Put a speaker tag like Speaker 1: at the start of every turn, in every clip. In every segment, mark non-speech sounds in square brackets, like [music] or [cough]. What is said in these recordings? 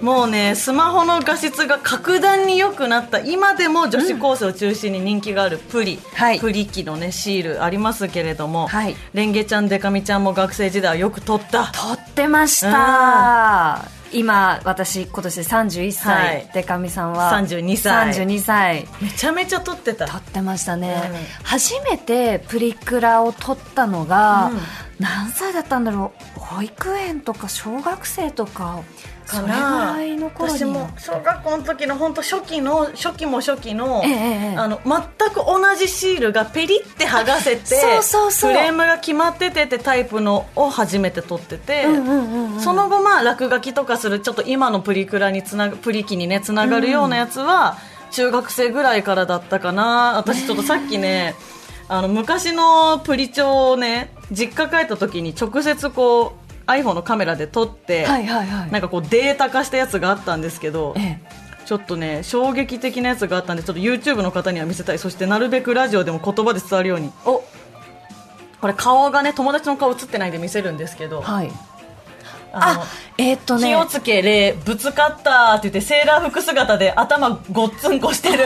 Speaker 1: もうねスマホの画質が格段に良くなった今でも女子高生を中心に人気があるプリ、
Speaker 2: はい
Speaker 1: プリ機のねシールありますけれども、
Speaker 2: はい
Speaker 1: レンゲちゃんデカミちゃんも学生時代はよく撮った
Speaker 2: 撮ってました今私今年31歳、
Speaker 1: はい
Speaker 2: でかみさんは
Speaker 1: 32歳
Speaker 2: 32歳
Speaker 1: めちゃめちゃ撮ってた
Speaker 2: 撮ってましたね、
Speaker 1: う
Speaker 2: 初めてプリクラを撮ったのが、
Speaker 1: うん
Speaker 2: 何歳だったんだろう保育園とか小学生とかそ
Speaker 1: か
Speaker 2: れ
Speaker 1: な
Speaker 2: ぐらいの頃に
Speaker 1: 私も小学校の時の本当初期の初期も初期の,、
Speaker 2: ええええ
Speaker 1: あの全く同じシールがペリって剥がせて
Speaker 2: そうそうそう
Speaker 1: フレームが決まっててってタイプのを初めて撮ってて、
Speaker 2: うんうんうんうん
Speaker 1: その後まあ落書きとかするちょっと今のプリクラにつながプリ機にねつながるようなやつは中学生ぐらいからだったかな私ちょっとさっきねあの昔のプリ帳をね実家帰った時に直接こう iPhone のカメラで撮って、
Speaker 2: はいはいはい
Speaker 1: なんかこうデータ化したやつがあったんですけど、
Speaker 2: ええ
Speaker 1: ちょっとね衝撃的なやつがあったんでちょっと YouTube の方には見せたいそしてなるべくラジオでも言葉で伝わるように
Speaker 2: お
Speaker 1: これ顔がね友達の顔映ってないんで見せるんですけど
Speaker 2: はい
Speaker 1: あの
Speaker 2: あえーっとね
Speaker 1: 気をつけれぶつかったって言ってセーラー服姿で頭ごっつんこ
Speaker 2: [laughs]
Speaker 1: してる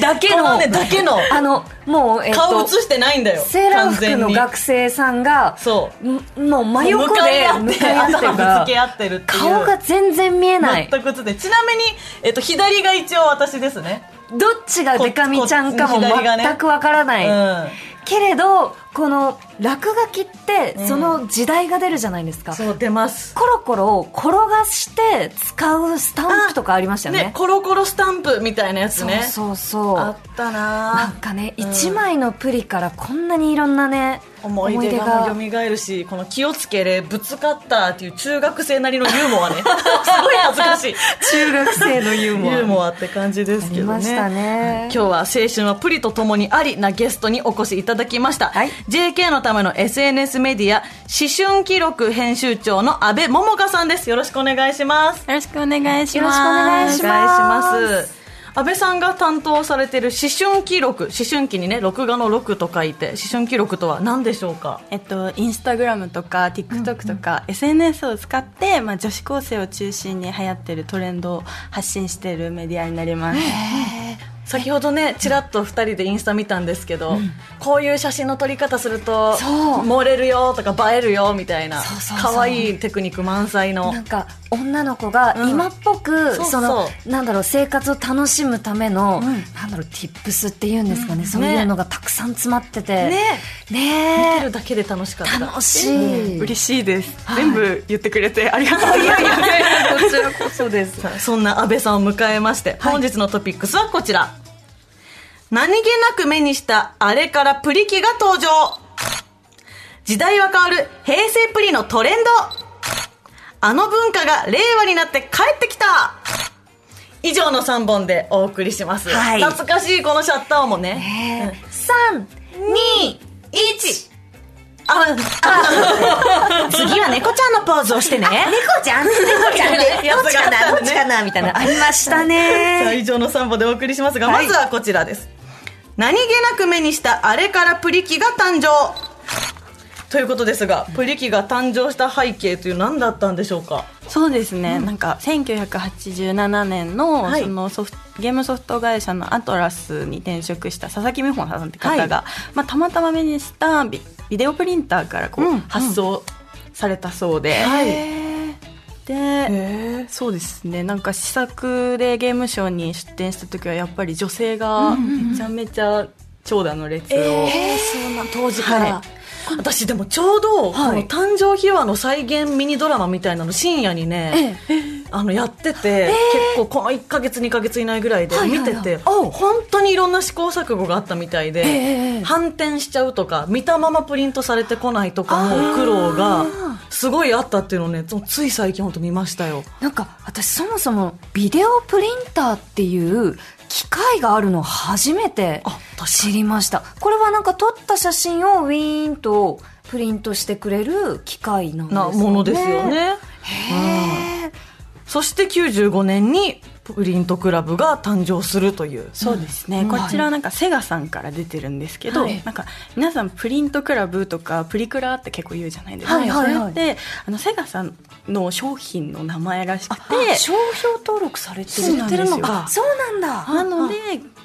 Speaker 2: だけ
Speaker 1: この
Speaker 2: の
Speaker 1: ねだけの
Speaker 2: あのもう、えーっと
Speaker 1: 顔映してないんだよ
Speaker 2: セーラー服の
Speaker 1: 完
Speaker 2: 学生さんが
Speaker 1: 全にそ
Speaker 2: んもう
Speaker 1: う
Speaker 2: 真横
Speaker 1: 向かい
Speaker 2: で
Speaker 1: 合っ
Speaker 2: 向
Speaker 1: て
Speaker 2: かい合ってるから
Speaker 1: 頭ぶつけ合ってるっていう
Speaker 2: 顔が全然見えないどっ
Speaker 1: 全く映ってないちなみに、えっと、左が一応私ですね
Speaker 2: ちがデカミちゃんか
Speaker 1: こ
Speaker 2: も
Speaker 1: っちこっち左がね
Speaker 2: 全くわからない、
Speaker 1: うん
Speaker 2: けれどこの落書きって
Speaker 1: うん
Speaker 2: その時代が出るじゃないですか、
Speaker 1: そう出ます
Speaker 2: コロコロ転がして使うスタンプとかありましたよね
Speaker 1: ねコロコロスタンプみたいなやつ
Speaker 2: そう
Speaker 1: ね
Speaker 2: そうそう
Speaker 1: あった
Speaker 2: な
Speaker 1: なん
Speaker 2: かね、
Speaker 1: うん
Speaker 2: 一枚のプリからこんなにいろんなね
Speaker 1: 思い出が
Speaker 2: 出
Speaker 1: 蘇るしこの「気をつけれぶつかった」っていう中学生なりのユーモ
Speaker 2: [laughs]
Speaker 1: アねすごい恥ずかしい
Speaker 2: 中学生のユーモア
Speaker 1: ユーモアって感じですけどね
Speaker 2: ありましたね
Speaker 1: 今日は青春はプリと共にありなゲストにお越しいただきました、
Speaker 2: はい
Speaker 1: JK のための SNS メディア思春記録編集長の阿部桃香さんですよろしくお願いします
Speaker 3: よろしくお願いします。
Speaker 2: よろしくお願いし
Speaker 1: お
Speaker 2: ます
Speaker 1: 願いします安倍さんが担当されている思春記録思春期にね録画の録と書いて思春記録とは何でしょうか
Speaker 3: えっと、インスタグラムとか TikTok とか、SNS を使って、まあ、女子高生を中心に流行ってるトレンドを発信しているメディアになります。
Speaker 1: 先ほどねちらっと2人でインスタ見たんですけど、こういう写真の撮り方すると
Speaker 2: そう
Speaker 1: 漏れるよとか映えるよみたいな
Speaker 2: そうそうそう
Speaker 1: 可愛いテクニック満載の
Speaker 2: なんか女の子が
Speaker 1: うん
Speaker 2: 今っぽく、
Speaker 1: そうそう
Speaker 2: そのなんだろう生活を楽しむための、
Speaker 1: ん
Speaker 2: なんだろう tips っていうんですかね、そういうのがたくさん詰まってて
Speaker 1: ね
Speaker 2: ね
Speaker 1: 見てるだけで楽しかった
Speaker 2: 楽しい、
Speaker 3: 嬉しいです。全部言ってくれてありがとうございま
Speaker 2: こ
Speaker 3: す。
Speaker 2: ちらこそです
Speaker 1: さあそんな安倍さんを迎えまして、本日のトピックスはこちら。何気なく目にしたあれからプリ機が登場。時代は変わる平成プリのトレンド。あの文化が令和になって帰ってきた。以上の3本でお送りします。
Speaker 2: はい
Speaker 1: 懐かしいこのシャッター音もね。
Speaker 2: 三
Speaker 1: 2、1。あ、あ、次は猫ちゃんのポーズをしてね。
Speaker 2: 猫ちゃん猫ちゃんで
Speaker 1: や
Speaker 2: [laughs] ど
Speaker 1: つ
Speaker 2: っち
Speaker 1: があ
Speaker 2: か
Speaker 1: った
Speaker 2: な
Speaker 1: ね
Speaker 2: どっちかなみたいなありました
Speaker 1: さあ
Speaker 2: ね
Speaker 1: 以上の3本でお送りしますが、
Speaker 2: はい
Speaker 1: まずはこちらです何気なく目にしたあれからプリ機が誕生ということですがプリ機が誕生した背景という何だったんでしょうか
Speaker 3: そうですね、なんか1987年の,、
Speaker 1: はい
Speaker 3: そのソフトゲームソフト会社のアトラスに転職した佐々木美穂さんって方が、まあ、たまたま目にしたビビデオプリンターからこう、
Speaker 1: うん
Speaker 3: 発送されたそうで。
Speaker 1: はい
Speaker 3: で
Speaker 1: え
Speaker 3: そうですねなんか試作でゲームショーに出展した時はやっぱり女性がめちゃめちゃ長蛇の列を、
Speaker 1: [laughs] そうなん当時から、
Speaker 3: は
Speaker 1: 私でもちょうど、
Speaker 2: はい
Speaker 1: この誕生秘話の再現ミニドラマみたいなの深夜にね、あのやってて、結構この1か月2か月以内ぐらいで
Speaker 2: はいは
Speaker 1: 見
Speaker 2: いはい
Speaker 1: てて、本当にいろんな試行錯誤があったみたいで、
Speaker 2: ええ
Speaker 1: 反転しちゃうとか見たままプリントされてこないとかの苦労がすごいあったっていうのをねつい最近本当見ましたよ
Speaker 2: なんか私そもそもビデオプリンターっていう機械があるのを初めて
Speaker 1: あ確かに
Speaker 2: 知りましたこれはなんか撮った写真をウィーンとプリントしてくれる機械なんです
Speaker 1: な
Speaker 2: よね
Speaker 1: ものですよね
Speaker 2: へー
Speaker 1: そして95年にプリントクラブが誕生するという
Speaker 3: そうですね、
Speaker 2: うん
Speaker 3: こちらはなんかセガさんから出てるんですけど、
Speaker 2: はい
Speaker 3: なんか皆さんプリントクラブとかプリクラって結構言うじゃないですか、
Speaker 2: はいはいはい
Speaker 3: それってあのセガさんの商品の名前らしくて
Speaker 2: 商標登録されて
Speaker 3: そうなんですよ
Speaker 2: あそうなんだ
Speaker 3: なので、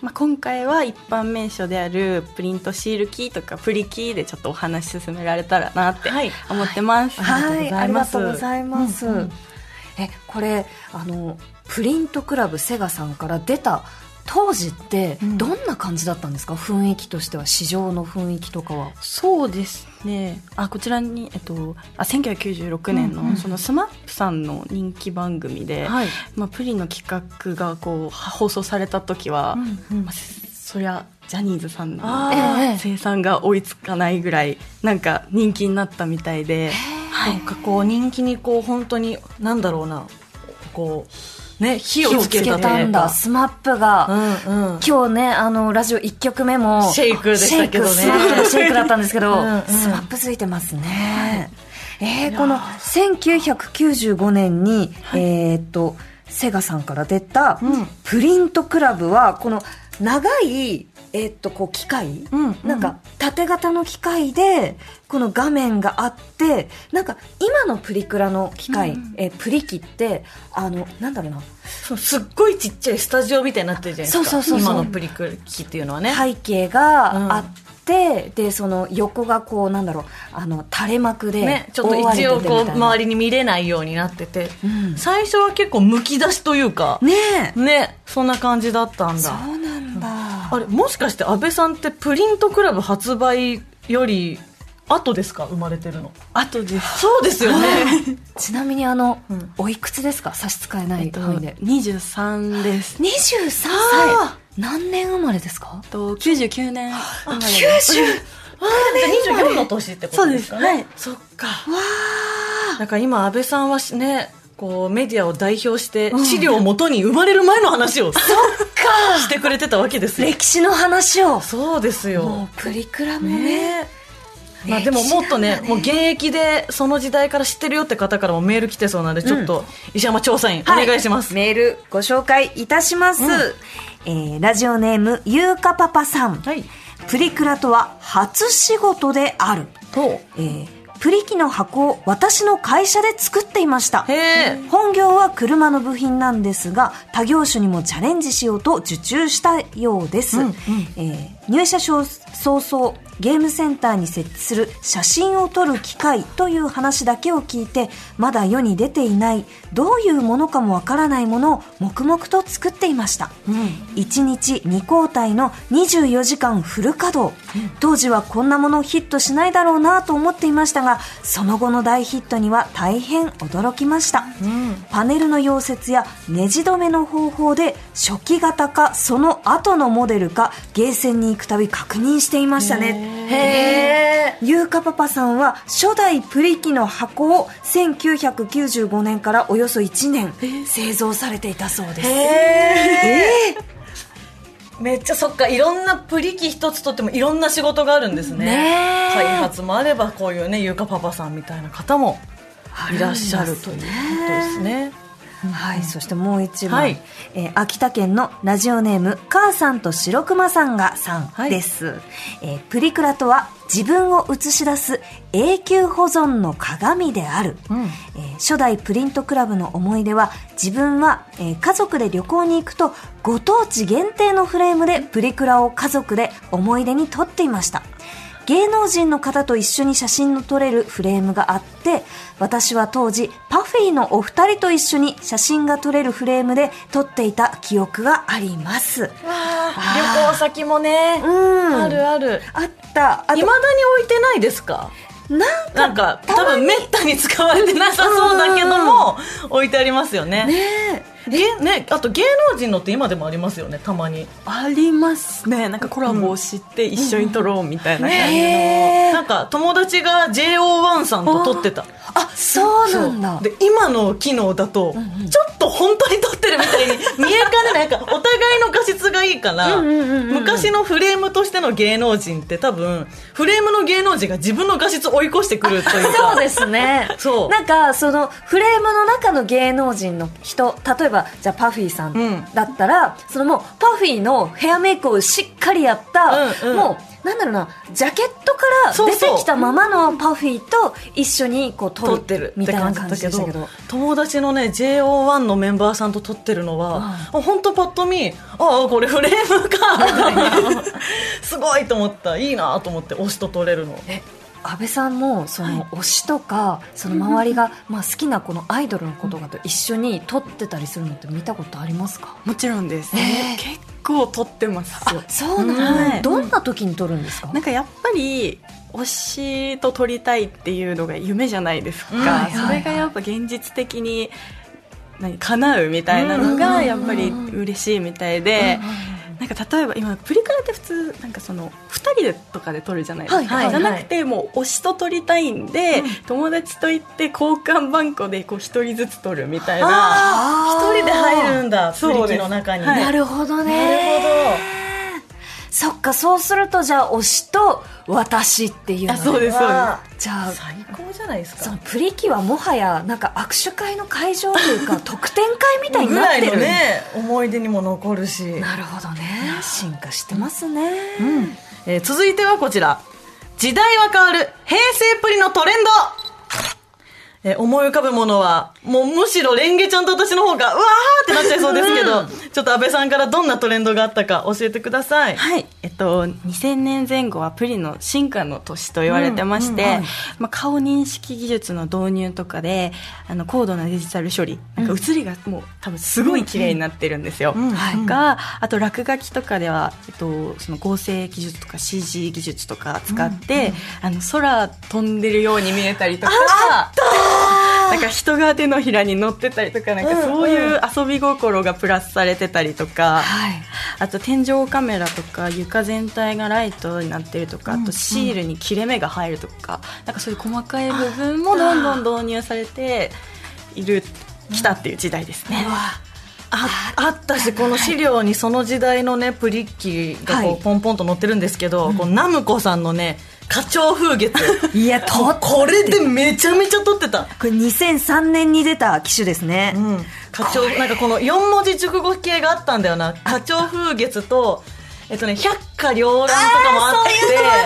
Speaker 3: まあ、今回は一般名称であるプリントシールキーとかプリキーでちょっとお話進められたらなって
Speaker 1: はい
Speaker 3: 思ってます、
Speaker 2: はいありがとうご
Speaker 3: い
Speaker 2: ざいます、
Speaker 1: うんうん
Speaker 2: えこれあのプリントクラブセガさんから出た当時って
Speaker 3: うん
Speaker 2: どんな感じだったんですか、雰囲気としては市場の雰囲気とかは
Speaker 3: そうですねあこちらに、えっと、あ1996年の,、
Speaker 2: うんうん
Speaker 3: そのスマップさんの人気番組で、
Speaker 1: はい、
Speaker 3: まあ、プリンの企画がこう放送された時は、まあ、せそりゃジャニーズさん
Speaker 1: あ
Speaker 3: の
Speaker 2: ー
Speaker 3: 生産が追いつかないぐらいなんか人気になったみたいで。
Speaker 1: なんかこう人気にこう本当になんだろうなこうね火をつけたというか
Speaker 2: たんだスマップが、
Speaker 1: うんうん
Speaker 2: 今日ねあのラジオ1曲目も
Speaker 1: シェイクでしたけどね
Speaker 2: シェイクスマップのシェイクだったんですけど
Speaker 1: うんうん
Speaker 2: スマップついてますね、えーこの1995年に、えーっとセガさんから出た
Speaker 1: うん
Speaker 2: プリントクラブはこの長いえーっとこう機械、
Speaker 1: うん
Speaker 2: なんか縦型の機械でこの画面があってなんか今のプリクラの機械、
Speaker 3: うん
Speaker 2: えープリキってあのなんだろうな
Speaker 1: そうすっごいちっちゃいスタジオみたいになってるじゃないですか
Speaker 2: そうそうそうそう
Speaker 1: 今のプリクラ機っていうのはね、
Speaker 2: 背景があって、でその横がこうなんだろうあの垂れ幕で、
Speaker 1: ね、ちょっと一応こう周
Speaker 2: り、
Speaker 1: りに見れないようになってて、
Speaker 2: うん
Speaker 1: 最初は結構むき出しというか
Speaker 2: ねえ
Speaker 1: ねそんな感じだったん
Speaker 2: そ
Speaker 1: だ
Speaker 2: うなんだ
Speaker 1: あれもしかして安倍さんってプリントクラブ発売より後ですか生まれてるの
Speaker 3: あとです、
Speaker 1: そうですよね
Speaker 2: ちなみにあの、
Speaker 1: うん
Speaker 2: おいくつですか差し支えな
Speaker 3: え
Speaker 2: い
Speaker 3: っと、
Speaker 2: 範囲で、
Speaker 3: 23です。
Speaker 2: 23歳
Speaker 1: あ
Speaker 2: 何年生まれですか
Speaker 3: えっと99年生まれです
Speaker 1: ああ24の年ってことですかね
Speaker 3: そうですはい
Speaker 1: そっかだから今安倍さんはしねこうメディアを代表して資料をもとに生まれる前の話を、してくれてたわけですよ
Speaker 2: 歴史の話を
Speaker 1: そうですよ
Speaker 2: もうプリクラもね
Speaker 1: ねまあ、でももっとねもう現役でその時代から知ってるよって方からもメール来てそうなんでちょっと石山調査員お
Speaker 2: は
Speaker 1: 願いします、
Speaker 2: メールご紹介いたします、えーラジオネームゆうかパパさん、
Speaker 1: はい
Speaker 2: プリクラとは初仕事である、
Speaker 1: と
Speaker 2: えープリ機の箱を私の会社で作っていました
Speaker 1: へえ
Speaker 2: 本業は車の部品なんですが他業種にもチャレンジしようと受注したようです、
Speaker 1: うんうん
Speaker 2: えー入社早々ゲームセンターに設置する写真を撮る機械という話だけを聞いてまだ世に出ていないどういうものかもわからないものを黙々と作っていました、1日2交代の24時間フル稼働当時はこんなものヒットしないだろうなと思っていましたがその後の大ヒットには大変驚きました、パネルの溶接やネジ止めの方法で初期型かその後のモデルかゲーセンに行くたび確認していましたね
Speaker 1: へえ
Speaker 2: ゆうかパパさんは初代プリ機の箱を1995年からおよそ1年製造されていたそうです、
Speaker 1: えめっちゃそっかいろんなプリ機一つとってもいろんな仕事があるんですね
Speaker 2: ねえ
Speaker 1: 開発もあればこういうねゆうかパパさんみたいな方もいらっしゃるということですね
Speaker 2: はい、そしてもう一枚、
Speaker 1: はい
Speaker 2: えー秋田県のラジオネーム母さんと白熊さんがさ
Speaker 1: は
Speaker 2: ん
Speaker 1: い
Speaker 2: です、えープリクラとは自分を映し出す永久保存の鏡である、
Speaker 1: ん
Speaker 2: えー初代プリントクラブの思い出は自分は、えー家族で旅行に行くとご当地限定のフレームでプリクラを家族で思い出に撮っていました芸能人の方と一緒に写真の撮れるフレームがあって私は当時パフィーのお二人と一緒に写真が撮れるフレームで撮っていた記憶があります
Speaker 1: 旅行先もね
Speaker 2: うん
Speaker 1: あるある
Speaker 2: あったあ
Speaker 1: い
Speaker 2: と
Speaker 1: まだに置いてないですか
Speaker 2: なんか
Speaker 1: なんか多分めったに使われてなさそうだけども置いてありますよね
Speaker 2: ね
Speaker 1: げねあと芸能人のって今でもありますよねたまに
Speaker 3: ありますねなんかコラボを知って一緒に撮ろうみたいな感じの、
Speaker 2: へ
Speaker 1: なんか友達が JO1 さんと撮ってた
Speaker 2: あそうなんだ
Speaker 1: で今の機能だとちょっと本当に撮ってるみたいに [laughs] 見えかねないなんかお互いの画質がいいから
Speaker 2: うんうんうんうん
Speaker 1: 昔のフレームとしての芸能人って多分フレームの芸能人が自分の画質を追い越してくるというか
Speaker 2: そうですね
Speaker 1: そう
Speaker 2: なんかそのフレームの中の芸能人の人例えばじゃあパフィーさん
Speaker 1: うん
Speaker 2: だったら、そのもうパフィーのヘアメイクをしっかりやった、
Speaker 1: うんうん
Speaker 2: もうなんだろうなジャケットから
Speaker 1: そう
Speaker 2: 出て
Speaker 1: そう
Speaker 2: きたままのパフィーと一緒にこう撮
Speaker 1: 撮
Speaker 2: る
Speaker 1: ってるっ
Speaker 2: み
Speaker 1: て
Speaker 2: たいな
Speaker 1: 感じだ
Speaker 2: 感
Speaker 1: った
Speaker 2: じ
Speaker 1: け
Speaker 2: でした
Speaker 1: ど
Speaker 2: けど
Speaker 1: 友達のね JO1 のメンバーさんと撮ってるのは本当パッと見ああこれフレームかみたい
Speaker 2: [laughs]
Speaker 1: なすごいと思ったいいなと思って推しと撮れるの
Speaker 2: 安倍さんもその推しとか、その周りがまあ好きなこのアイドルのことがと一緒に撮ってたりするのって見たことありますか
Speaker 3: もちろんです、
Speaker 2: えー
Speaker 3: 結構撮ってますよ
Speaker 2: そうな
Speaker 3: なん
Speaker 2: の、
Speaker 3: だ
Speaker 2: どんな時に撮るんですか
Speaker 3: なんかやっぱり推しと撮りたいっていうのが夢じゃないですか、
Speaker 1: うんはい
Speaker 2: はいはい
Speaker 3: それがやっぱ現実的に何叶うみたい
Speaker 2: う
Speaker 3: なの
Speaker 2: んうんうんう
Speaker 3: が
Speaker 2: ん
Speaker 3: やっぱり嬉しいみたいで、なんか例えば今プリクラって普通なんかその2人でとかで撮るじゃないですか、
Speaker 2: はいはい
Speaker 1: はい
Speaker 3: じゃなくてもう推しと撮りたいんで、友達と行って交換番号でこう1人ずつ撮るみたいな
Speaker 1: 一
Speaker 2: あー
Speaker 1: 人で入るんだプ
Speaker 3: そう
Speaker 1: リ
Speaker 3: です
Speaker 1: キの中に、
Speaker 3: はい
Speaker 2: なるほどね
Speaker 1: なる
Speaker 2: そっかそうするとじゃあ推しと私っていうの
Speaker 3: あそうですそうです
Speaker 1: わあ
Speaker 2: じゃあ
Speaker 1: 最高じゃないです
Speaker 2: そ
Speaker 1: か
Speaker 2: のプリキはもはやなんか握手会の会場というか特典会みたいに
Speaker 1: ぐ
Speaker 2: なっ
Speaker 1: らい
Speaker 2: て
Speaker 1: の
Speaker 2: る、
Speaker 1: ね思い出にも残るし
Speaker 2: なるほどね進化してますね、
Speaker 1: えー続いてはこちら時代は変わる平成プリのトレンド、えー思い浮かぶものはもうむしろレンゲちゃんと私の方がうわーってなっちゃいそうですけど、ちょっと安倍さんからどんなトレンドがあったか教えてください、
Speaker 3: はい、えっと、2000年前後はプリの進化の年と言われてまして、まあ、顔認識技術の導入とかであの高度なデジタル処理なんか写りがもう多分すごい綺麗になってるんですよ。
Speaker 1: うん
Speaker 3: はいがあと落書きとかでは、えっと、その合成技術とか CG 技術とか使って、あの空飛んでるように見えたりとか。なんか人が手のひらに乗ってたりとかなんかそういう遊び心がプラスされてたりとか、
Speaker 2: はい
Speaker 3: [laughs] あと天井カメラとか床全体がライトになってるとか、あとシールに切れ目が入るとかなんかそういう細かい部分もどんどん導入されている来たっていう時代ですね。
Speaker 1: ああったしこの資料にその時代のねプリッキーがこ
Speaker 2: はいう
Speaker 1: ポンポンと載ってるんですけど、こうナムコさんのね花鳥風月
Speaker 2: いやと
Speaker 1: これでめちゃめちゃ撮ってた
Speaker 2: これ2003年に出た機種ですね、
Speaker 1: うん、課長なんかこの4文字熟語系があったんだよな課長風月とえっとね百花繚乱とかもあっ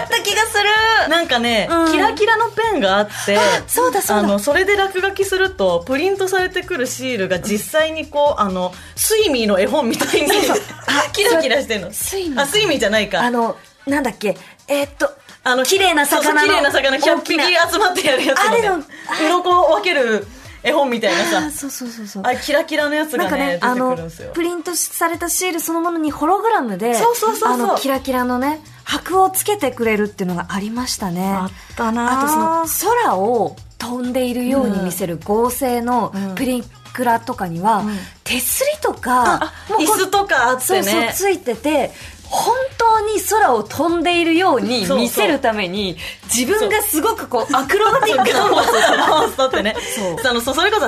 Speaker 1: て
Speaker 2: た気がする
Speaker 1: なんかね、
Speaker 2: うん
Speaker 1: キラキラのペンがあって
Speaker 2: そうだそう
Speaker 1: あ
Speaker 2: だ
Speaker 1: のそれで落書きするとプリントされてくるシールが実際にこうあのスイミーの絵本みたいに [laughs] キラキラしてるの
Speaker 2: スイミー
Speaker 1: あスイミーじゃないか
Speaker 2: あのなんだっけえーっと
Speaker 1: あの
Speaker 2: 綺麗な
Speaker 1: そうそ
Speaker 2: 魚の
Speaker 1: う綺麗な魚100
Speaker 2: 大
Speaker 1: 匹
Speaker 2: きな
Speaker 1: 集まってやるやつ
Speaker 2: あれの
Speaker 1: 鱗を分ける絵本みたいな
Speaker 2: あ
Speaker 1: さ
Speaker 2: ーそうそうそうそう
Speaker 1: あれキラキラのやつ
Speaker 2: なん
Speaker 1: が
Speaker 2: か
Speaker 1: ね
Speaker 2: ね、
Speaker 1: 出て
Speaker 2: あ
Speaker 1: く
Speaker 2: の
Speaker 1: るんですよ、
Speaker 2: プリントされたシールそのものにホログラムで、
Speaker 1: そうそうそうそう
Speaker 2: あの、キラキラのね、箔をつけてくれるっていうのがありましたね。
Speaker 1: あったなあ
Speaker 2: あとその、空を飛んでいるように見せる合成のプリクラとかには、手すりとか、もうこ
Speaker 1: 椅
Speaker 2: う
Speaker 1: 子とかあっ
Speaker 2: そ
Speaker 1: て
Speaker 2: うそう
Speaker 1: ね
Speaker 2: ついてて本当に空を飛んでいるように見せるために自分がすごくこうアクロバティックな
Speaker 1: ガンバスとガンバスとってね
Speaker 2: そう
Speaker 1: そのそうそれこそ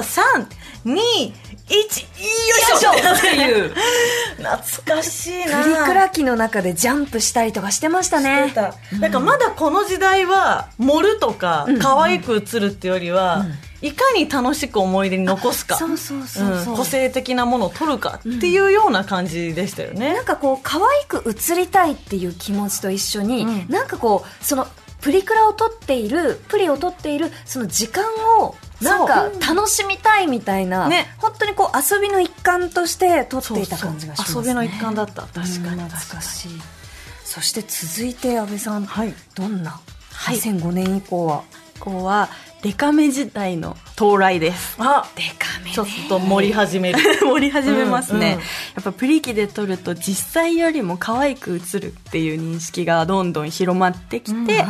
Speaker 1: 321よいしょ
Speaker 2: っていう
Speaker 1: 懐かしい
Speaker 2: プ
Speaker 1: な
Speaker 2: リ [laughs] クラ機の中でジャンプしたりとかしてましたね
Speaker 1: なんかまだこの時代は盛るとか可愛く映るってよりは、いかに楽しく思い出に残すか
Speaker 2: そうそうそうそう
Speaker 1: うん個性的なものを取るかっていうような感じでしたよね
Speaker 2: なん、かこう可愛く映りたいっていう気持ちと一緒に、
Speaker 1: うん
Speaker 2: なんかこうそのプリクラを撮っているプリを撮っているその時間をなんか楽しみたいみたいな、
Speaker 1: ね
Speaker 2: 本当にこう遊びの一環として撮っていた感じがしますね
Speaker 1: 遊びの一環だった確かに
Speaker 2: うん懐かしいそして続いて安倍さん、
Speaker 1: はい
Speaker 2: どんな
Speaker 3: はい
Speaker 2: 2005年以降は、
Speaker 3: ここはデカめ時代の到来です。 [laughs]
Speaker 1: あ
Speaker 2: デカめね
Speaker 1: ちょっと盛り始める
Speaker 3: 盛り始めますね、
Speaker 1: うんうん
Speaker 3: やっぱプリキで撮ると実際よりも可愛く映るっていう認識がどんどん広まってきて、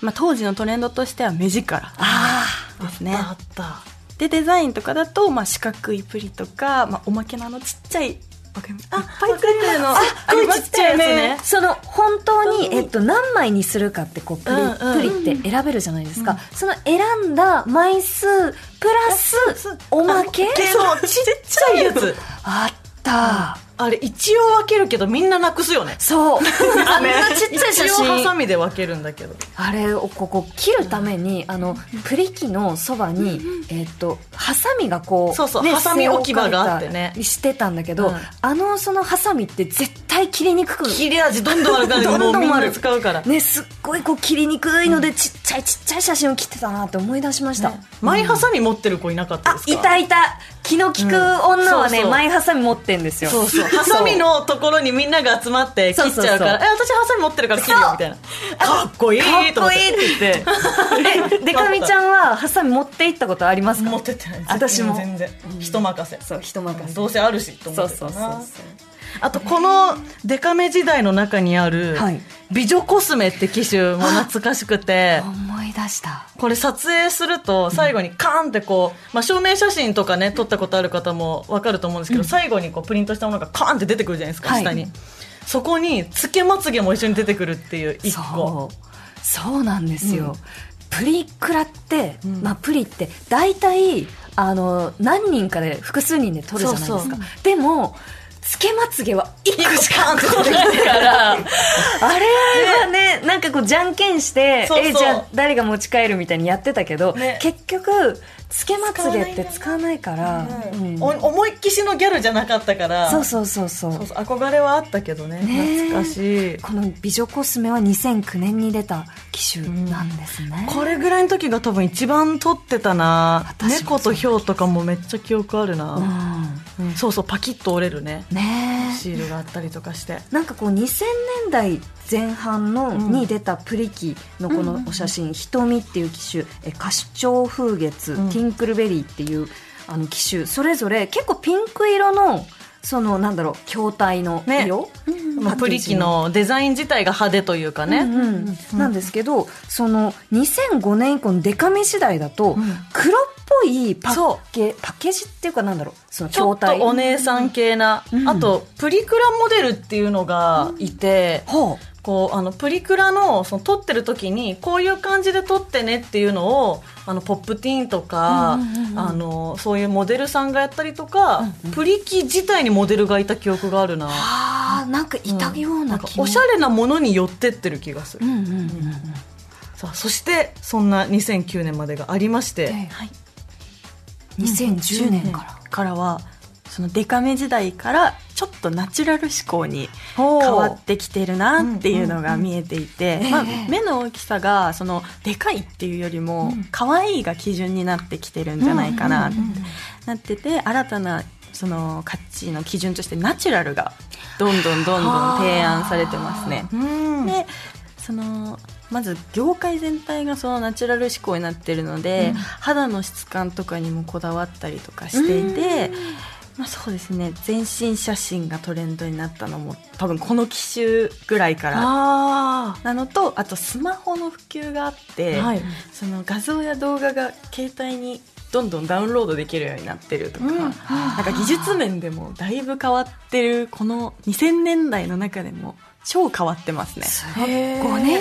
Speaker 3: まあ、当時のトレンドとしては目力ですね
Speaker 1: あった
Speaker 3: でデザインとかだと、まあ、四角いプリとか、まあ、おまけのあのちっちゃいわかりますいっぱいついてるのあ
Speaker 1: これ
Speaker 3: りま
Speaker 1: ちっ
Speaker 3: し
Speaker 1: ち
Speaker 3: た
Speaker 1: ゃい
Speaker 3: よ
Speaker 1: やつね
Speaker 2: その本当に、えっと、何枚にするかってこうプリ,、
Speaker 1: うんうん
Speaker 2: プリって選べるじゃないですか、その選んだ枚数プラスおまけ
Speaker 1: そうちっちゃいやつ
Speaker 2: あっした、
Speaker 1: あれ一応分けるけどみんななくすよね [laughs]
Speaker 2: そうあんなちっちゃい写
Speaker 1: 一応ハサ
Speaker 2: 真
Speaker 1: ミで分けるんだけど
Speaker 2: あれをここ切るためにあのプリ機のそばに、えっとハサミがこう
Speaker 1: そうそうハサミ置き場があってね
Speaker 2: してたんだけど、
Speaker 1: うん
Speaker 2: あのそのハサミって絶対切りにくく
Speaker 1: 切れ味 [laughs] どんどん悪くなる
Speaker 2: どんどん
Speaker 1: もうみん
Speaker 2: 悪
Speaker 1: ない使うから、
Speaker 2: ね、すっごいこう切りにくいので、ちっちゃいちっちゃい写真を切ってたなって思い出しました、
Speaker 1: マイハサミ持ってる子いなかった
Speaker 2: あ
Speaker 1: ですか
Speaker 2: いたいた気の利く女は
Speaker 1: うん
Speaker 2: ね、
Speaker 1: そうそう
Speaker 2: マイハサミ持ってんですよ
Speaker 1: そうそうハサミのところにみんなが集まって切っちゃうから
Speaker 2: そうそうそう
Speaker 1: え私ハサミ持ってるから切るよみたいなかっこいいと思って
Speaker 2: かっこいい
Speaker 1: って言 [laughs] って
Speaker 2: でかみちゃんはハサミ持って行ったことありますか
Speaker 1: 持ってってない
Speaker 2: 私も
Speaker 1: 全然人任せ
Speaker 2: そう人任せ
Speaker 1: どうせあるしと思っ
Speaker 2: そう
Speaker 1: て
Speaker 2: そ
Speaker 1: た
Speaker 2: うそう
Speaker 1: な
Speaker 2: そう
Speaker 1: あとこのデカめ時代の中にある
Speaker 2: はい
Speaker 1: 美女コスメって機種も懐かしくて
Speaker 2: 思い出した
Speaker 1: これ撮影すると最後にカーンってこう、まあ、証明写真とかね撮ったことある方も分かると思うんですけど、最後にこうプリントしたものがカーンって出てくるじゃないですか、
Speaker 2: はい
Speaker 1: 下にそこにつけまつげも一緒に出てくるっていう一個
Speaker 2: そうそうなんですよ、プリクラって、
Speaker 1: うん
Speaker 2: まあ、プリって大体あの何人かで複数人で撮るじゃないですか
Speaker 1: そうそう
Speaker 2: でもつけまつげは一個しか
Speaker 1: カーンって出てくるから
Speaker 2: あれはねなんかこうじゃんけんして
Speaker 1: そうそう
Speaker 2: えじゃあ誰が持ち帰るみたいにやってたけど、
Speaker 1: ね
Speaker 2: 結局つけまつげって使わないからうん
Speaker 1: お思いっきしのギャルじゃなかったから
Speaker 2: そうそうそうそう
Speaker 1: そうそう憧れはあったけどね
Speaker 2: ね
Speaker 1: 懐かしい
Speaker 2: この美女コスメは2009年に出た機種なんですね、
Speaker 1: これぐらいの時が多分一番撮ってたな
Speaker 2: 私もそ
Speaker 1: 猫と
Speaker 2: う
Speaker 1: ヒョウとかもめっちゃ記憶ある
Speaker 2: う
Speaker 1: な、
Speaker 2: ん
Speaker 1: うんそうそうパキッと折れるね
Speaker 2: ねえ
Speaker 1: シールがあったりとかして
Speaker 2: なんかこう2000年代前半の
Speaker 1: うん
Speaker 2: に出たプリ機のこのお写真「瞳」っていう機種「え歌手鳥風月」
Speaker 1: うん
Speaker 2: ティンクルベリー」っていうあの機種それぞれ結構ピンク色のそのなんだろう筐体の
Speaker 1: ね
Speaker 2: 色、
Speaker 1: まあプリ機のデザイン自体が派手というかね、
Speaker 2: うんうんなんですけどその2005年以降のデカめ次第だと黒っぽいパッケパッケージっていうかなんだろうその
Speaker 1: ちょ
Speaker 2: 筐
Speaker 1: っと
Speaker 2: 体
Speaker 1: お姉さん系な、
Speaker 2: うん
Speaker 1: あとプリクラモデルっていうのがいて、
Speaker 2: ほ
Speaker 1: こうあのプリクラのその撮ってる時にこういう感じで撮ってねっていうのをあのポップティーンとか、
Speaker 2: うんうんうんうん
Speaker 1: あのそういうモデルさんがやったりとか、プリ機自体にモデルがいた記憶があるな。
Speaker 2: うあーなんかいたよう
Speaker 1: な
Speaker 2: なん
Speaker 1: か
Speaker 2: 気も
Speaker 1: おしゃれなものに寄ってってる気がする、
Speaker 2: うんうんうんうん
Speaker 1: さあそしてそんな2009年までがありまして、
Speaker 3: はい
Speaker 2: 2010年から、
Speaker 3: からはそのデカめ時代からちょっとナチュラル志向に
Speaker 1: 変
Speaker 3: 変わ
Speaker 1: わっ
Speaker 3: ってきてるなっていうのが見えていて、
Speaker 2: うんうん
Speaker 3: まあ
Speaker 2: ええ、
Speaker 3: 目の大きさがそのでかいっていうよりも可愛いが基準になってきてるんじゃないかな、なってて新たなその価値の基準としてナチュラルがどんどんどんどん提案されてますね。
Speaker 1: うん
Speaker 3: でそのまず業界全体がそのナチュラル志向になってるので、肌の質感とかにもこだわったりとかしていて、まあ、そうですね全身写真がトレンドになったのも多分この機種ぐらいから
Speaker 1: あ
Speaker 3: なのとあとスマホの普及があって、
Speaker 1: あ、はい、
Speaker 3: その画像や動画が携帯にどんどんダウンロードできるようになってるとか、
Speaker 1: うん
Speaker 3: なんか技術面でもだいぶ変わってるこの2000年代の中でも超変わってますね。
Speaker 2: す
Speaker 1: ごいへー
Speaker 2: 5年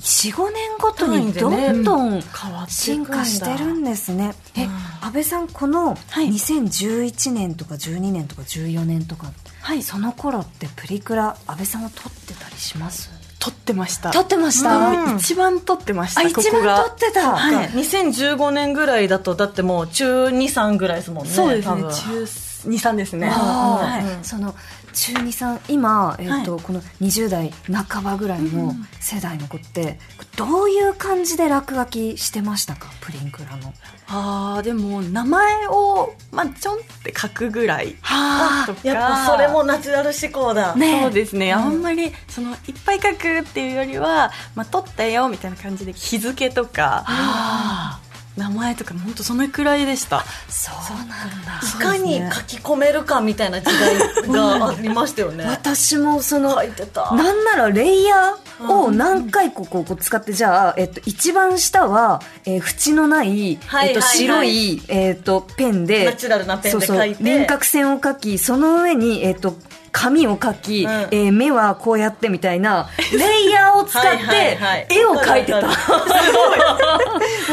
Speaker 2: 45年ごとにどんどん
Speaker 1: 変わっていくんだ
Speaker 2: 進化してるんですねえ
Speaker 1: うん
Speaker 2: 安倍さんこの
Speaker 3: はい
Speaker 2: 2011年とか12年とか14年とか、はい、その頃ってプリクラ安倍さんは撮ってたりします
Speaker 3: 撮ってました。
Speaker 2: 撮ってました、
Speaker 1: うん
Speaker 2: あ
Speaker 3: うん一番撮ってました。こ
Speaker 2: 一
Speaker 3: こ
Speaker 2: 番
Speaker 3: が
Speaker 2: 撮ってた、
Speaker 3: はい
Speaker 1: 2015年ぐらいだとだってもう中23ぐらいですもんね
Speaker 3: そうです
Speaker 1: 多
Speaker 3: ね。
Speaker 1: 分
Speaker 3: 中二三ですね。
Speaker 2: あ
Speaker 3: はい
Speaker 2: ーその中二さん今、えっとこの20代半ばぐらいの世代の子ってどういう感じで落書きしてましたかプリンクラの。
Speaker 3: ああでも名前をまあちょんって書くぐらい。
Speaker 2: は
Speaker 3: とか
Speaker 1: やっぱそれもナチュラル思考だ、
Speaker 2: ねえ
Speaker 3: そうですね、あんまりそのいっぱい書くっていうよりは、まあ、撮ったよみたいな感じで日付とか
Speaker 2: あ
Speaker 3: 名前とか本当そのくらいでした
Speaker 2: そうなんだ。
Speaker 1: いかに書き込めるかみたいな時代がありましたよね
Speaker 2: [laughs] 私もその
Speaker 1: 書いてた
Speaker 2: なんならレイヤーを何回こうこうこう使ってじゃあ、えっと、一番下は、えー縁のない、
Speaker 1: はい
Speaker 2: えっと、
Speaker 1: はい
Speaker 2: 白い、えっと、ペンで
Speaker 1: ナチュラルなペンで書いて
Speaker 2: そうそう輪郭線を描きその上に、えっと紙を描き、
Speaker 1: うん
Speaker 2: えー目はこうやってみたい
Speaker 1: [laughs]
Speaker 2: なレイヤーを使っ
Speaker 1: はいはい
Speaker 2: て
Speaker 1: はい
Speaker 2: 絵を描いてた
Speaker 1: わかるわかるすごい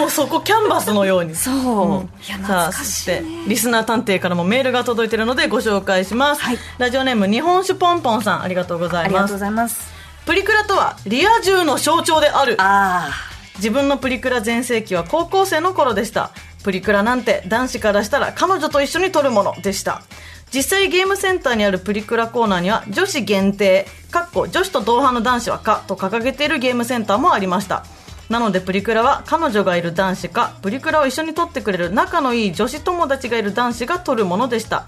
Speaker 1: もうそこキャンバスのように
Speaker 2: そう、いや懐
Speaker 1: さあ
Speaker 2: か
Speaker 1: そし
Speaker 2: していね
Speaker 1: リスナー探偵からもメールが届いてるのでご紹介します、
Speaker 2: はい
Speaker 1: ラジオネーム日本酒ポンポンさんありがとうござ
Speaker 2: あ
Speaker 1: い
Speaker 2: りが
Speaker 1: ま
Speaker 2: とう
Speaker 1: す
Speaker 2: ございます
Speaker 1: プリクラとはリア充の象徴である
Speaker 2: あ
Speaker 1: 自分のプリクラ全盛期は高校生の頃でしたプリクラなんて男子からしたら彼女と一緒に撮るものでした実際ゲームセンターにあるプリクラコーナーには女子限定かっこ女子と同伴の男子はかと掲げているゲームセンターもありましたなのでプリクラは彼女がいる男子かプリクラを一緒に撮ってくれる仲のいい女子友達がいる男子が撮るものでした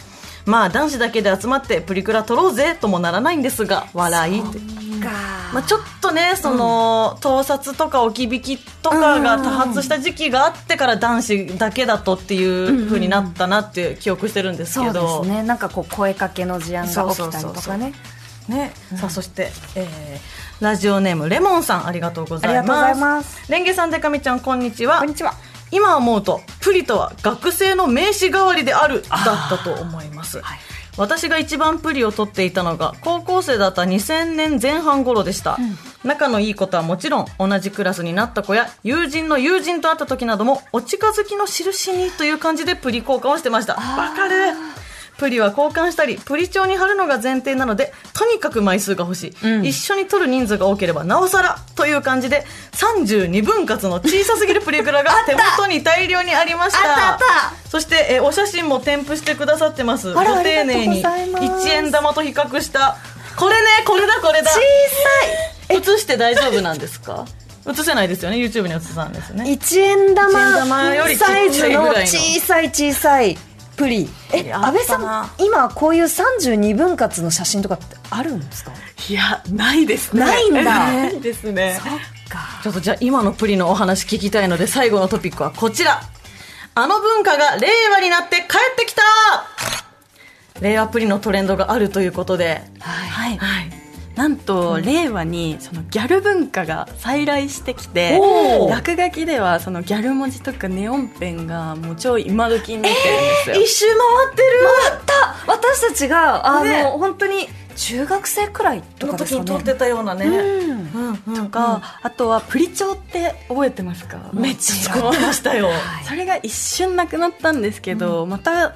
Speaker 1: まあ男子だけで集まってプリクラ撮ろうぜともならないんですが笑いって
Speaker 2: ーが、
Speaker 1: まあ、ちょっとねその、盗撮とか置き引きとかが多発した時期があってから男子だけだとっていう風になったなっていう記憶してるんです
Speaker 2: そ
Speaker 1: け
Speaker 2: う
Speaker 1: ど、
Speaker 2: ですねなんかこう声かけの事案が起きたりと
Speaker 1: そうそうそ
Speaker 2: か
Speaker 1: うそ
Speaker 2: ね
Speaker 1: ねさあそして、えーラジオネームレモンさんありがとうございます
Speaker 2: ありがとうございます
Speaker 1: レンゲさんでかみちゃんこんにちは
Speaker 2: こんにちは
Speaker 1: 今思うとプリとは学生の名刺代わりであるだったと思います、
Speaker 2: はい
Speaker 1: 私が一番プリを取っていたのが高校生だった2000年前半頃でした、仲のいい子とはもちろん同じクラスになった子や友人の友人と会った時などもお近づきの印にという感じでプリ交換をしてましたわかるプリは交換したりプリ帳に貼るのが前提なのでとにかく枚数が欲しい、
Speaker 2: ん
Speaker 1: 一緒に取る人数が多ければなおさらという感じで32分割の小さすぎるプリクラが手元に大量にありました
Speaker 2: あったあっ
Speaker 1: そして、えーお写真も添付してくださってます
Speaker 2: あら
Speaker 1: ご丁寧に
Speaker 2: ありがとうございます
Speaker 1: 1円玉と比較したこれねこれだこれだ写して大丈夫なんですか写せないですよね YouTube に写さんですね
Speaker 2: 一円玉
Speaker 1: 一円玉よりちっち
Speaker 2: サ
Speaker 1: ゃい
Speaker 2: イ
Speaker 1: ぐら
Speaker 2: ズ
Speaker 1: いの
Speaker 2: の小さい小さいプリ
Speaker 1: い
Speaker 2: え
Speaker 1: やあ
Speaker 2: 安
Speaker 1: ったな
Speaker 2: 倍さん今こういう32分割の写真とかってあるんですか
Speaker 3: いやないですね
Speaker 2: ないんだ
Speaker 3: [laughs] ないですね
Speaker 1: ちょっとじゃあ今のプリのお話聞きたいので最後のトピックはこちらあの文化が令和になって帰ってきた令和プリのトレンドがあるということで
Speaker 3: はい
Speaker 1: はい
Speaker 3: なんと、令和にそのギャル文化が再来してきて
Speaker 1: おー
Speaker 3: 落書きではそのギャル文字とかネオンペンがもう超今時になってるんですよ、
Speaker 1: 一周回ってる
Speaker 2: あった私たちがあの、
Speaker 1: ね
Speaker 2: 本当に中学生くらいとか
Speaker 1: の
Speaker 2: です
Speaker 1: 時に
Speaker 2: かね
Speaker 1: 撮ってたようなね、
Speaker 2: うん
Speaker 1: うんうん、
Speaker 3: とか、あとはプリ帳って覚えてますか
Speaker 1: めっちゃ作ってました [laughs] よ、
Speaker 3: それが一瞬なくなったんですけど、また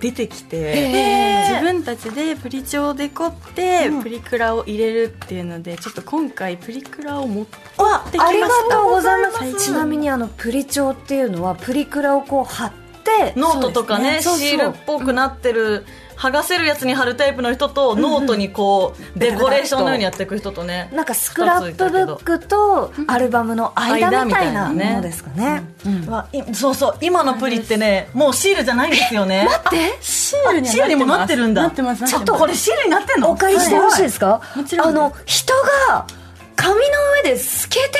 Speaker 3: 出てきて、
Speaker 2: へ
Speaker 3: 自分たちでプリ帳で凝って、
Speaker 1: うん
Speaker 3: プリクラを入れるっていうのでちょっと今回プリクラを持って
Speaker 1: わ
Speaker 3: きました
Speaker 2: ありがとうございます
Speaker 1: ありがとうございます
Speaker 2: ちなみにあのプリ帳っていうのはプリクラをこう貼って
Speaker 1: ノートとかね
Speaker 2: そうです
Speaker 1: シールっぽくなってる、剥がせるやつに貼るタイプの人と、ノートにこうデコレーションのようにやっていく人とね
Speaker 2: なんかスクラップブックとアルバムの間みたいなものですかね。うん
Speaker 1: わいそうそう今のプリってねもうシールじゃないんですよね
Speaker 2: で
Speaker 3: シール
Speaker 1: シールにもなってるんだ
Speaker 3: なってます
Speaker 1: ちょっとこれシールになってんの
Speaker 2: お借りしてよろしいですか、
Speaker 3: いもちろん
Speaker 2: あの人が紙の上で透けてる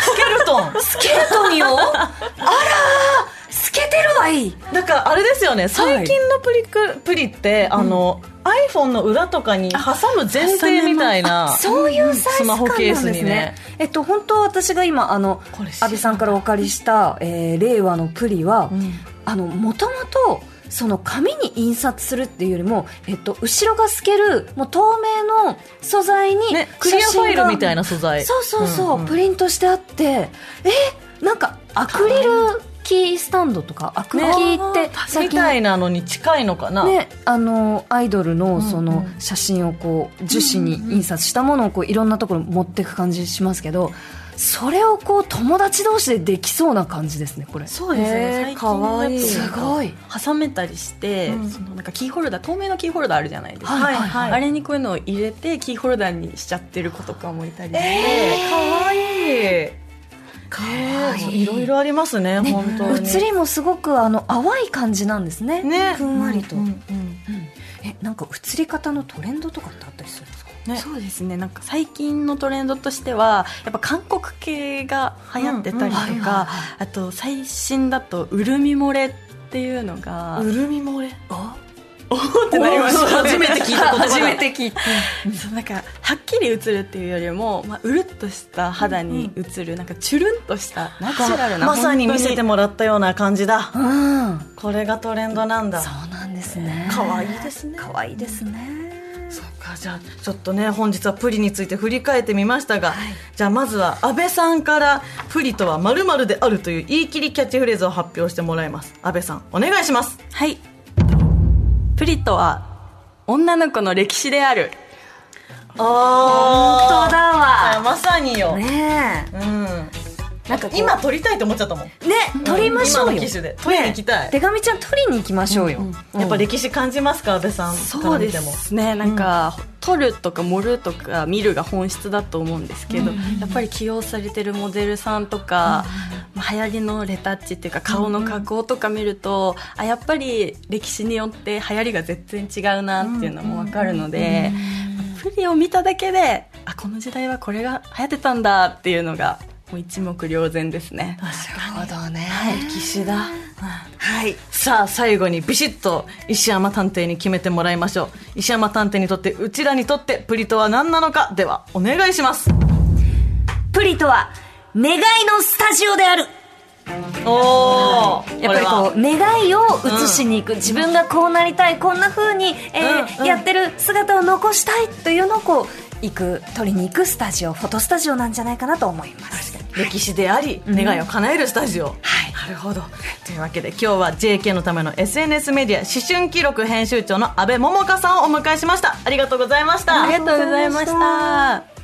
Speaker 1: スケルトン
Speaker 2: スケート
Speaker 1: [laughs]
Speaker 2: にをあらー透けてるわい
Speaker 1: だからあれですよね最近のプリク、プリってあの、iPhone の裏とかに挟む前提みたいな
Speaker 2: そういうサイ
Speaker 1: ス
Speaker 2: ズ
Speaker 1: マ
Speaker 2: 感
Speaker 1: ホ
Speaker 2: なん
Speaker 1: ケ
Speaker 2: で
Speaker 1: ース
Speaker 2: す
Speaker 1: に
Speaker 2: ね
Speaker 1: ね
Speaker 2: えっと本当は私が今あの
Speaker 1: これ知らない
Speaker 2: 阿部さんからお借りした、えー令和のプリは、
Speaker 1: ん
Speaker 2: あのもともとその紙に印刷するっていうよりも、えっと、後ろが透けるもう透明の素材に
Speaker 1: ねクリアファイルみたいな素材
Speaker 2: そうそうそう、
Speaker 1: んん
Speaker 2: プリントしてあってえなんかアクリルキースタンドとかアクキーって最
Speaker 1: み
Speaker 2: 近
Speaker 1: たいなのに近いのかな、
Speaker 2: ね、あのアイドルのそ
Speaker 1: うんう
Speaker 2: の
Speaker 1: ん
Speaker 2: 写真をこう樹脂に印刷したものをこういろんなところに持っていく感じしますけどそれをこう友達同士でできそうな感じですねこれす
Speaker 3: そうですね
Speaker 1: へー
Speaker 3: 最近
Speaker 1: かわいい
Speaker 3: だと
Speaker 2: ごい
Speaker 3: 挟めたりして、
Speaker 1: うん
Speaker 3: そのなんかキーホルダー透明のキーホルダーあるじゃないですか、
Speaker 1: はいはい
Speaker 3: あれにこういうのを入れてキーホルダーにしちゃってる子とかもいたりして、
Speaker 1: かわいいか
Speaker 2: わいい
Speaker 1: いろいろありますね
Speaker 2: ね
Speaker 1: 本当に
Speaker 2: 写りもすごくあの淡い感じなんですね
Speaker 1: ね
Speaker 2: ふんわりと、
Speaker 1: うんうん
Speaker 2: えなんか写り方のトレンドとかってあったりするんですか
Speaker 1: ね
Speaker 3: そうですねなんか最近のトレンドとしてはやっぱ韓国系が流行ってたりとか、
Speaker 2: うんうんはいはい
Speaker 3: あと最新だとうるみ漏れっていうのが
Speaker 1: うるみ漏れ
Speaker 3: ってなりましたね
Speaker 1: 初めて聞いた言葉だ
Speaker 3: [laughs] 初めて聞いたそうなんかはっきり映るっていうよりも、まあ、うるっとした肌に映る、なんかチュルンとしたナチュラルな
Speaker 1: まさに見せて
Speaker 3: も
Speaker 1: もらったような感じだ
Speaker 2: うん
Speaker 1: これがトレンドなんだ
Speaker 2: そうなんですね
Speaker 1: 可愛いですね
Speaker 2: 可愛いですね
Speaker 1: さあじゃあちょっとね本日はプリについて振り返ってみましたが、じゃあまずは安倍さんから「プリとはまるである」という言い切りキャッチフレーズを発表してもらいます安倍さんお願いします
Speaker 3: はいプリとは女の子の歴史である
Speaker 1: あ
Speaker 2: 本当だわ
Speaker 1: まさによ、
Speaker 2: ね
Speaker 1: うん
Speaker 2: えなんかこう
Speaker 1: 今撮りたいと思っちゃったもん
Speaker 2: ね取りましょうよ
Speaker 1: 今の機種で取りに行きたい
Speaker 2: ね手紙ちゃん取りに行きましょうよ、
Speaker 1: やっぱ歴史感じますか安倍さんから見ても
Speaker 3: ねなんか、取るとか盛るとか見るが本質だと思うんですけど、やっぱり起用されてるモデルさんとか、まあ流行りのレタッチっていうか顔の加工とか見ると、あやっぱり歴史によって流行りが全然違うなっていうのも分かるので、プリを見ただけであこの時代はこれが流行ってたんだっていうのがもう一目瞭然ですね。
Speaker 2: なるほどね
Speaker 1: 歴史だ
Speaker 2: はい
Speaker 1: さあ最後にビシッと石山探偵に決めてもらいましょう石山探偵にとってうちらにとってプリとは何なのかではお願いします
Speaker 2: プリとは願いのスタジオである
Speaker 1: おお
Speaker 2: やっぱりこう願いを移しに行く、自分がこうなりたいこんな風に、えー
Speaker 1: うんうん
Speaker 2: やってる姿を残したいというのをこう行く取りに行くスタジオフォトスタジオなんじゃないかなと思います
Speaker 1: 歴史であり願いを叶えるスタジオ、はいなるほどというわけで今日は JK のための SNS メディア思春記録編集長の阿部桃香さんをお迎えしましたありがとうございました
Speaker 3: ありがとうございました。